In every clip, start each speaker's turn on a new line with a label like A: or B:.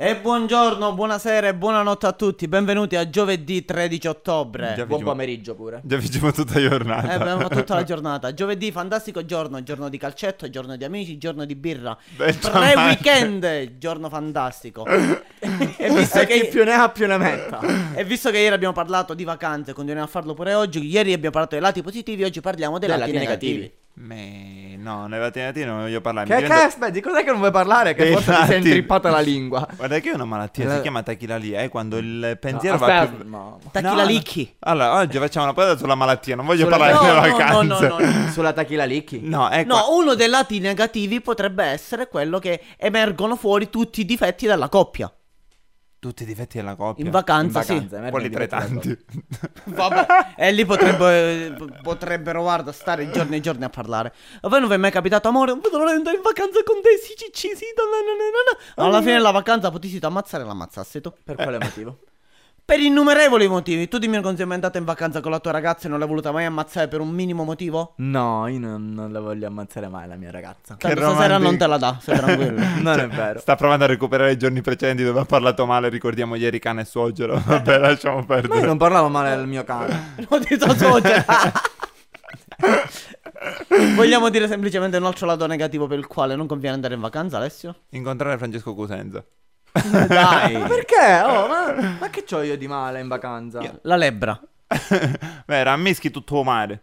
A: E buongiorno, buonasera e buonanotte a tutti. Benvenuti a giovedì 13 ottobre.
B: Già-
C: Eh, Buon
B: Facciamo-
C: pomeriggio pure.
B: Già facciamo tutta la giornata.
A: Eh, abbiamo tutta la giornata. Giovedì, fantastico giorno. Giorno di calcetto, giorno di amici, giorno di birra.
B: Beh, già
A: Tre
B: male.
A: weekend, giorno fantastico. e, visto
C: E Eh, chi
A: che,
C: più ne ha più ne metta.
A: e visto che ieri abbiamo parlato di vacanze, continuiamo a farlo pure oggi. Ieri abbiamo parlato dei lati positivi, oggi parliamo dei
C: Dei
A: lati,
C: lati
A: negativi.
C: negativi.
B: Me- No, nei mattinati non voglio parlare. mi
C: Che
B: diventa-
C: cazzo, aspetta, di cos'è che non vuoi parlare? Che
B: Dei
C: forse ti sei
B: lati.
C: intrippata la lingua.
B: Guarda che è una malattia,
C: Eh.
B: si chiama tachilalia, è quando il pensiero
C: No,
B: va
C: aspetta,
B: più...
C: no, ma-
A: Tachilalicchi.
B: Allora, oggi facciamo una puntata sulla malattia, non voglio
C: Sulla-
B: parlare
C: No,
B: delle
A: no, no, no,
B: vacanze.
A: no,
C: Sulla tachilalicchi.
B: No, ecco.
A: No, uno dei lati negativi potrebbe essere quello che emergono fuori tutti i difetti della coppia.
B: Tutti i difetti della coppia.
A: In vacanza,
C: In vacanza,
A: sì.
C: merda,
B: Quelli
C: mi
B: tra
C: diventa
B: i
C: d'accordo.
B: tanti.
A: Vabbè, e lì potrebbe, p- potrebbero, guarda, stare giorni e giorni a parlare. A voi non vi è mai capitato, amore? Non vedo l'ora di andare in vacanza con te. Sì, sì, sì, sì, no, no, no, no, no. Alla fine della vacanza potessi ammazzare e l'ammazzassi tu.
C: Per quale motivo?
A: Per innumerevoli motivi. Tu dimmi quando sei andata in vacanza con la tua ragazza e non l'hai voluta mai ammazzare per un minimo motivo?
C: No, io non, non la voglio ammazzare mai la mia ragazza.
B: Che
A: Tanto stasera
B: romantico.
A: non te la dà, stai tranquillo.
C: Non è vero.
B: Cioè, Sta provando a recuperare i giorni precedenti dove ha parlato male, ricordiamo ieri cane e suocero. Vabbè, lasciamo
C: Ma io
B: perdere.
C: non parlavo male del mio cane.
A: Non ti so sfoggiare. Vogliamo dire semplicemente un altro lato negativo per il quale non conviene andare in vacanza, Alessio?
B: Incontrare Francesco Cusenza.
C: Ma
A: Dai.
C: perché? Oh, ma, ma che c'ho io di male in vacanza?
A: La lebbra.
B: Vero, ammeschi tutto mare.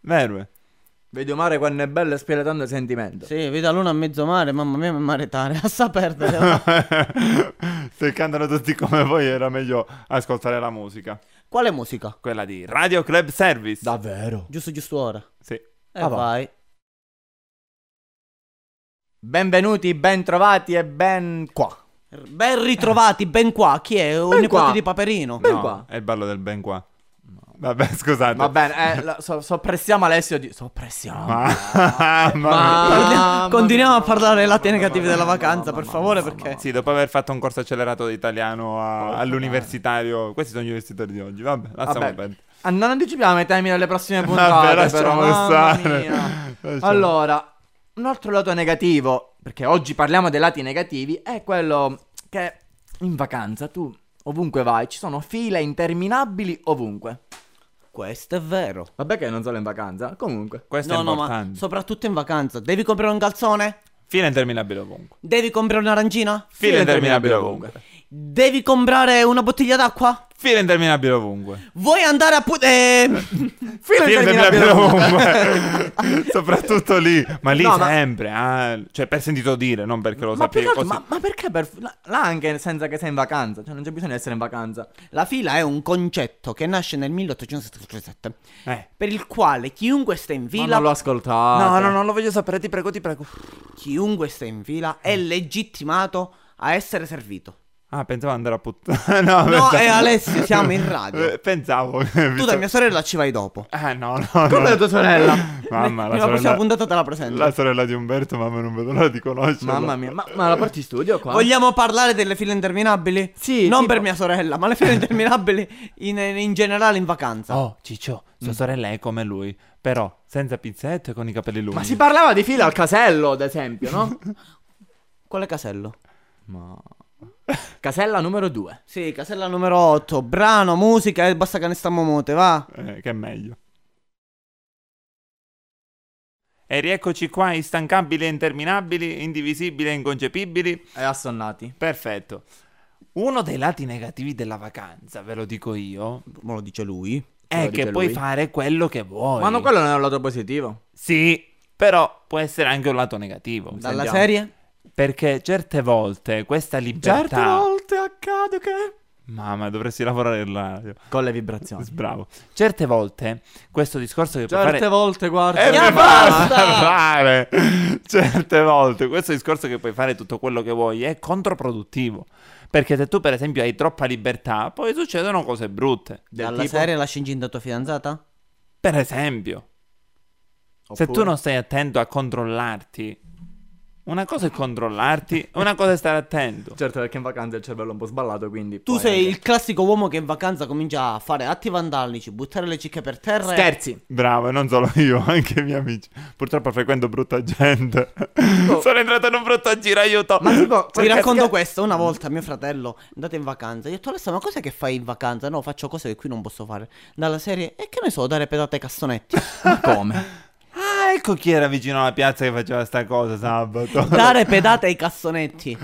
B: Vero.
C: Vedo mare quando è bello e spiritando sentimento.
A: Sì, vedo la luna a mezzo mare, mamma mia, mi maretare, a sa perdere.
B: Se cantano tutti come voi era meglio ascoltare la musica.
A: Quale musica?
B: Quella di Radio Club Service.
C: Davvero?
A: Giusto giusto ora.
B: Sì.
A: E
C: Ah, va.
A: vai.
C: Benvenuti, bentrovati e ben qua.
A: Ben ritrovati, ben qua. Chi è? Un
C: Ben
A: nipote
C: qua.
A: di Paperino.
C: Ben
B: No,
C: qua.
B: È il ballo del ben qua. Vabbè, scusate.
C: Va bene, eh, la- so- soppressiamo Alessio di... Soppressiamo.
B: Ma...
C: Ma-
A: Parliamo-
C: Mamma
A: Continuiamo a
C: mia.
A: parlare dei lati negativi
C: Mamma
A: della
C: mia,
A: vacanza,
C: mamma
A: per favore,
C: mia,
A: perché...
B: Sì, dopo aver fatto un corso accelerato di italiano a-
C: Oh,
B: all'universitario. Questi sono gli universitari di oggi. Vabbè, lasciamo
C: Vabbè.
B: perdere.
C: Ah, non anticipiamo i temi delle prossime puntate,
B: Vabbè,
C: però.
B: lasciamo
C: Mamma
B: stare.
C: mia.
B: Lasciamo-
C: Allora, un altro lato negativo, perché oggi parliamo dei lati negativi, è quello che in vacanza tu ovunque vai ci sono file interminabili ovunque.
A: Questo è vero.
C: Vabbè che non solo in vacanza, comunque.
B: Questo
A: no,
B: è
A: no,
B: importante.
A: ma soprattutto in vacanza. Devi comprare un calzone?
B: Fila interminabile ovunque.
A: Devi comprare un'arancina?
B: Fila interminabile ovunque.
A: Devi comprare una bottiglia d'acqua?
B: Fila interminabile ovunque.
A: Vuoi andare a pu- eh,
C: File
B: Fila
C: interminabili
B: interminabile
C: ovunque.
B: ovunque. Soprattutto lì. Ma lì
C: No, ma-
B: sempre. ah, cioè, per sentito dire, non perché lo
C: Ma, più che
B: sapevo.
C: altro,
B: così.
C: ma, ma perché per, là là anche senza che sei in vacanza? Cioè non c'è bisogno di essere in vacanza.
A: La fila è un concetto che nasce nel 1877,
B: Eh.
A: per il quale chiunque sta in
C: Ma
A: fila,
C: non l'ho ascoltato.
B: No, no, non lo voglio sapere, ti prego, ti prego.
A: chiunque sta in fila è
C: Mm.
A: legittimato a essere servito.
B: Ah, pensavo andare a puttana. no,
A: No,
B: pensavo-
A: e Alessio, siamo in radio.
B: Eh, Pensavo.
A: Tu da mia sorella ci vai dopo.
B: Ah, no, no.
C: Come
B: no.
C: la tua sorella?
B: Mamma, la
A: Nella prossima
B: sorella...
A: puntata te la presento.
B: la sorella di Umberto, mamma, non vedo l'ora di conoscerla.
C: Mamma mia, ma, ma la porti in studio qua?
A: Vogliamo parlare delle file interminabili?
C: Sì,
A: Non
C: tipo-
A: per mia sorella, ma le file interminabili in, in generale in vacanza.
B: Oh, Ciccio, sua sorella è come lui, però senza pizzetto e con i capelli lunghi.
C: Ma si parlava di fila al casello, ad esempio, no?
A: Quale casello?
C: ma... Casella numero 2.
A: Sì, casella numero 8, brano, musica e basta che ne stiamo mute, va.
B: Eh, che è meglio. E rieccoci qua, instancabili e interminabili, indivisibili e inconcepibili.
C: E Eh, assonnati.
B: Perfetto. Uno dei lati negativi della vacanza, ve lo dico io,
A: Me lo dice lui.
B: è
C: lo dice
B: che puoi
C: lui.
B: fare quello che vuoi.
C: Ma no, quello non è un lato positivo.
B: Sì, però può essere anche un lato negativo.
A: Dalla
C: Sentiamo.
A: serie?
B: Perché certe volte questa libertà...
C: Certo, volte accade che...
B: Mamma, dovresti lavorare in radio.
C: Con le vibrazioni.
B: Bravo. Certe volte questo discorso che puoi
C: Certe
B: fare...
C: volte, guarda...
B: E
A: Ya
B: Eh, mi
A: basta!
B: basta parlare. Certe volte questo discorso che puoi fare tutto quello che vuoi è controproduttivo. Perché se tu, per esempio, hai troppa libertà, poi succedono cose brutte.
C: Del
A: Dalla
C: tipo?
A: serie lasci incinta tua fidanzata?
B: Per esempio, se tu non stai attento a controllarti, Una cosa è controllarti, una cosa è stare attento.
C: Certo, perché in vacanza il cervello è un po' sballato, quindi...
A: Tu
C: poi
A: sei
C: anche-
A: il classico uomo che in vacanza comincia a fare atti vandalici, buttare le cicche per terra. e-
C: Scherzi.
B: Bravo, e non solo io, anche i miei amici. Purtroppo frequento brutta gente.
C: Oh.
B: Sono entrato in un brutto giro, aiuto.
C: Ma tipo...
A: Vi
C: perché-
A: racconto
C: perché-
A: questo, una volta mio fratello è andato in vacanza, gli ho detto Alessa ma cos'è che fai in vacanza? No faccio cose che qui non posso fare Dalla serie, e che ne so dare pedate ai cassonetti
C: Ma come?
B: Ah, ecco chi era vicino alla piazza che faceva sta cosa sabato.
A: Dare pedate ai cassonetti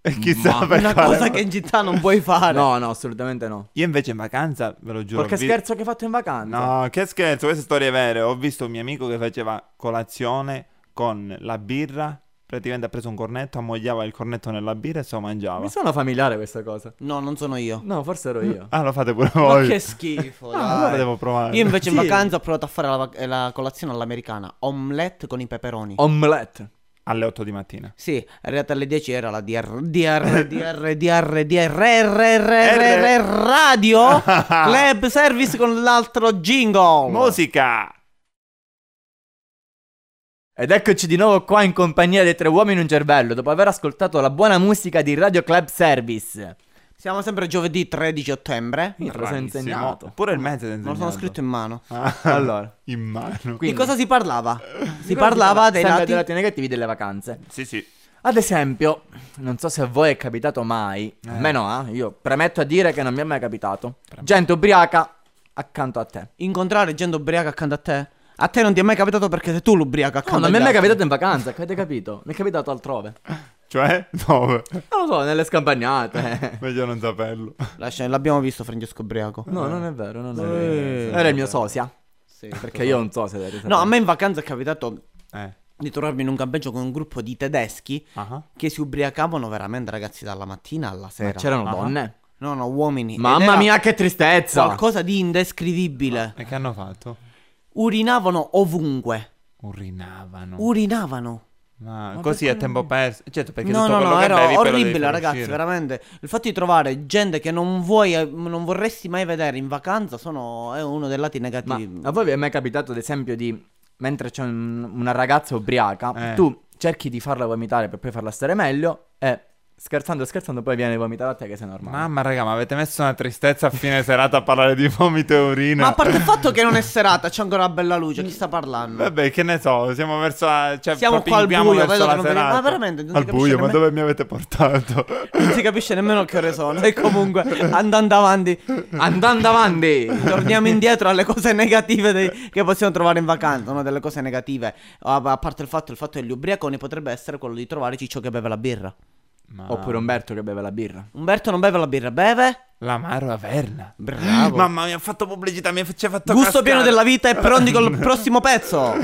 B: E chissà
C: Ma-
B: per
A: Una
B: quale
A: cosa che in città non puoi fare
C: No, no, assolutamente no.
B: Io invece in vacanza, ve lo giuro.
C: Qualche
B: vi-
C: scherzo che hai fatto in vacanza?
B: No, che scherzo, queste storie vere. Ho visto un mio amico che faceva colazione con la birra. Praticamente ha preso un cornetto, ammogliava il cornetto nella birra e se lo mangiava.
C: Mi sono familiare questa cosa.
A: No, non sono io
C: No, forse ero io.
B: Ah, lo fate pure
A: Ma
B: voi.
A: che schifo
B: Ah,
A: dai.
B: allora devo provare.
A: Io invece in
C: Sì.
A: vacanza ho provato a fare la, vac- la colazione all'americana Omelette con i peperoni
C: Omelette.
B: Alle 8 di mattina.
A: Sì, è arrivata alle 10 era la DR DR DR DR DR Radio Club Service con l'altro jingle
B: Musica!
C: Ed eccoci di nuovo qua in compagnia dei tre uomini e un cervello, dopo aver ascoltato la buona musica di Radio Club Service.
A: Siamo sempre giovedì 13 ottoembre
C: Io te lo sono
B: Bravissimo.
C: insegnato.
B: Pure il mezzo è Ah,
A: Non sono scritto in mano
C: Allora,
B: in mano.
A: Di
C: quindi-
A: cosa si parlava? Si
C: Di cosa
A: parlava dei
C: Sempre
A: lati
C: dei lati negativi delle vacanze.
B: Sì, sì.
C: Ad esempio, non so se a voi è capitato mai, a me no, eh, io premetto a dire che non mi è mai capitato. Gente ubriaca accanto a te.
A: Incontrare gente ubriaca accanto a te A te non ti è mai capitato perché sei tu l'ubriaco
C: No,
A: accanto
C: Oh, non mi è
A: agli
C: mai
A: altri.
C: capitato in vacanza, avete capito? Mi è capitato altrove.
B: Cioè, dove?
C: Non lo so, nelle scampagnate.
B: Meglio non saperlo.
A: Lascia- L'abbiamo visto Francesco Ubriaco
C: No, non è vero, non è
A: Eh.
C: vero. Era il mio sosia.
A: Sì,
C: Perché io non so se avete
A: No,
C: saputo.
A: a me in vacanza è capitato
B: Eh.
A: di trovarmi in un campeggio con un gruppo di tedeschi
B: Ah.
A: che si ubriacavano veramente ragazzi dalla mattina alla
C: Ma
A: sera.
C: c'erano
B: Ah.
C: donne.
A: No, no, uomini. Ed
C: Mamma
A: era
C: mia, che tristezza!
A: Qualcosa di indescrivibile.
B: E che hanno fatto?
A: Urinavano ovunque.
B: Urinavano.
A: Urinavano.
B: Ma così a tempo perso. Certo, perché
A: no,
B: tutto
A: no,
B: quello
A: no,
B: che bevi
A: era
B: poi lo devi
A: orribile,
B: far
A: ragazzi,
B: uscire.
A: veramente. Il fatto di trovare gente che non vuoi eh, non vorresti mai vedere in vacanza sono è uno dei lati
C: Ma
A: negativi.
C: a voi vi è mai capitato, ad esempio, di mentre c'è un- una ragazza ubriaca,
B: Eh.
C: tu cerchi di farla vomitare per poi farla stare meglio e scherzando e scherzando poi viene a vomitare a te che sei normale.
B: Mamma raga, ma avete messo una tristezza a fine serata a parlare di vomito e urina.
A: Ma a parte il fatto che non è serata, c'è ancora una bella luce, chi sta parlando?
B: Vabbè, che ne so, siamo verso la... Cioè,
A: Siamo qua al
B: propinguiamo
A: buio,
B: verso
A: vedo che
B: la
A: non vedi-
B: serata.
A: ma veramente, non si
B: Al
A: capisce
B: buio, ma
A: nemmeno-
B: dove mi avete portato?
A: Non si capisce nemmeno che ore sono. E comunque, andando avanti,
C: Andando avanti!
A: torniamo indietro alle cose negative dei- che possiamo trovare in vacanza. Una delle cose negative, a, a parte il fatto, il fatto degli ubriaconi, potrebbe essere quello di trovare Ciccio che beve la birra.
B: Ma-
C: Oppure Umberto che beve la birra.
A: Umberto non beve la birra, beve.
B: L'amaro Averna.
A: Bravo.
B: Mamma mia, ha fatto pubblicità, mi ha ci ha fatto
A: Gusto
B: cascare.
A: pieno della vita e pronti col prossimo pezzo.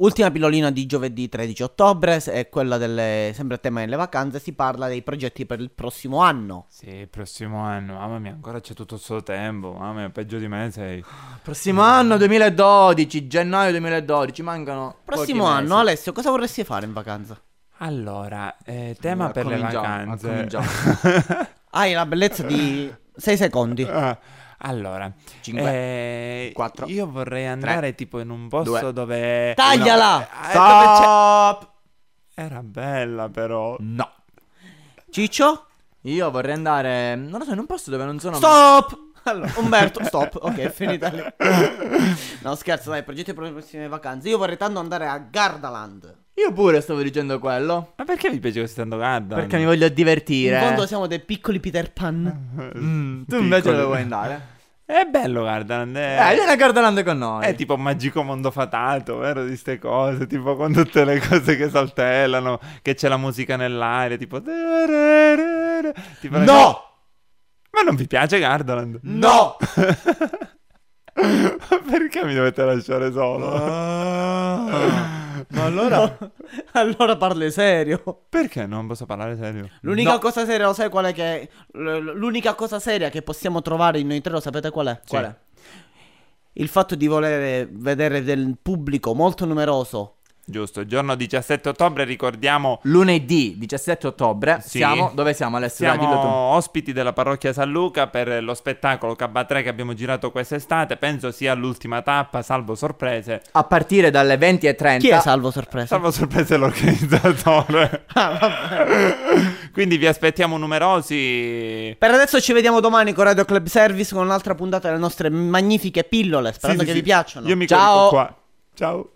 A: Ultima pillolina di giovedì 13 ottobre se- è quella delle sempre a tema delle vacanze, si parla dei progetti per il prossimo anno.
B: Sì, il prossimo anno, mamma mia, ancora c'è tutto questo tempo, mamma mia, peggio di me sei.
C: Prossimo anno 2012, gennaio 2012, mancano
A: Prossimo
C: pochi
A: anno,
C: mesi.
A: Alessio, cosa vorresti fare in vacanza?
B: Allora, eh, tema
C: Allora,
B: per le
C: cominciamo,
B: vacanze.
A: Hai la bellezza di 6 secondi.
B: Ah, allora,
C: Cinque,
B: eh,
C: quattro,
B: io vorrei andare tipo in un posto
C: due.
B: dove...
A: Tagliala!
B: Eh, dove c'è- Era bella però.
C: No.
A: Ciccio?
C: Io vorrei andare, non lo so, in un posto dove non sono...
A: Stop! Allora, Umberto, stop. Ok, è finita lì. No, scherzo, dai, progetti per le prossime vacanze. Io vorrei tanto andare a Gardaland.
C: Io pure stavo dicendo quello.
B: Ma perché vi piace Ah, così tanto Garda?
C: Perché mi voglio
A: In
C: divertire.
A: fondo siamo dei piccoli Peter Pan.
C: Mm, tu invece
B: Piccolo.
C: dove vuoi andare?
B: È bello Gardaland. È...
C: Eh, vieni a Gardaland con noi.
B: è tipo magico mondo fatato, vero? Di ste cose, tipo con tutte le cose che saltellano, che c'è la musica nell'aria, tipo... tipo
C: No!
B: Ma non vi piace Gardaland?
C: No!
B: perché mi dovete lasciare solo?
C: Ah.
A: Ma allora. allora parli serio.
B: Perché non posso parlare serio?
A: L'unica
C: No.
A: cosa seria, lo sai qual è che. l- L'unica cosa seria che possiamo trovare in noi tre, lo sapete qual è? Qual è? Il fatto di volere vedere del pubblico molto numeroso
B: Giusto, giorno 17 ottobre ricordiamo
C: Lunedì 17 ottobre
B: Sì.
C: siamo dove siamo Alessio? Dai, dillo tu.
B: Siamo ospiti della parrocchia San Luca per lo spettacolo Cabba 3 che abbiamo girato quest'estate. Penso sia l'ultima tappa, salvo sorprese.
C: A partire dalle 20.30
A: Chi è salvo sorpresa?
B: Salvo sorprese l'organizzatore.
C: Ah,
B: Quindi vi aspettiamo numerosi.
A: Per adesso ci vediamo domani con Radio Club Service con un'altra puntata delle nostre magnifiche pillole. Sperando
B: Sì, sì,
A: che
B: sì.
A: vi piacciono.
B: Io mi
C: Ciao.
B: corico qua. Ciao.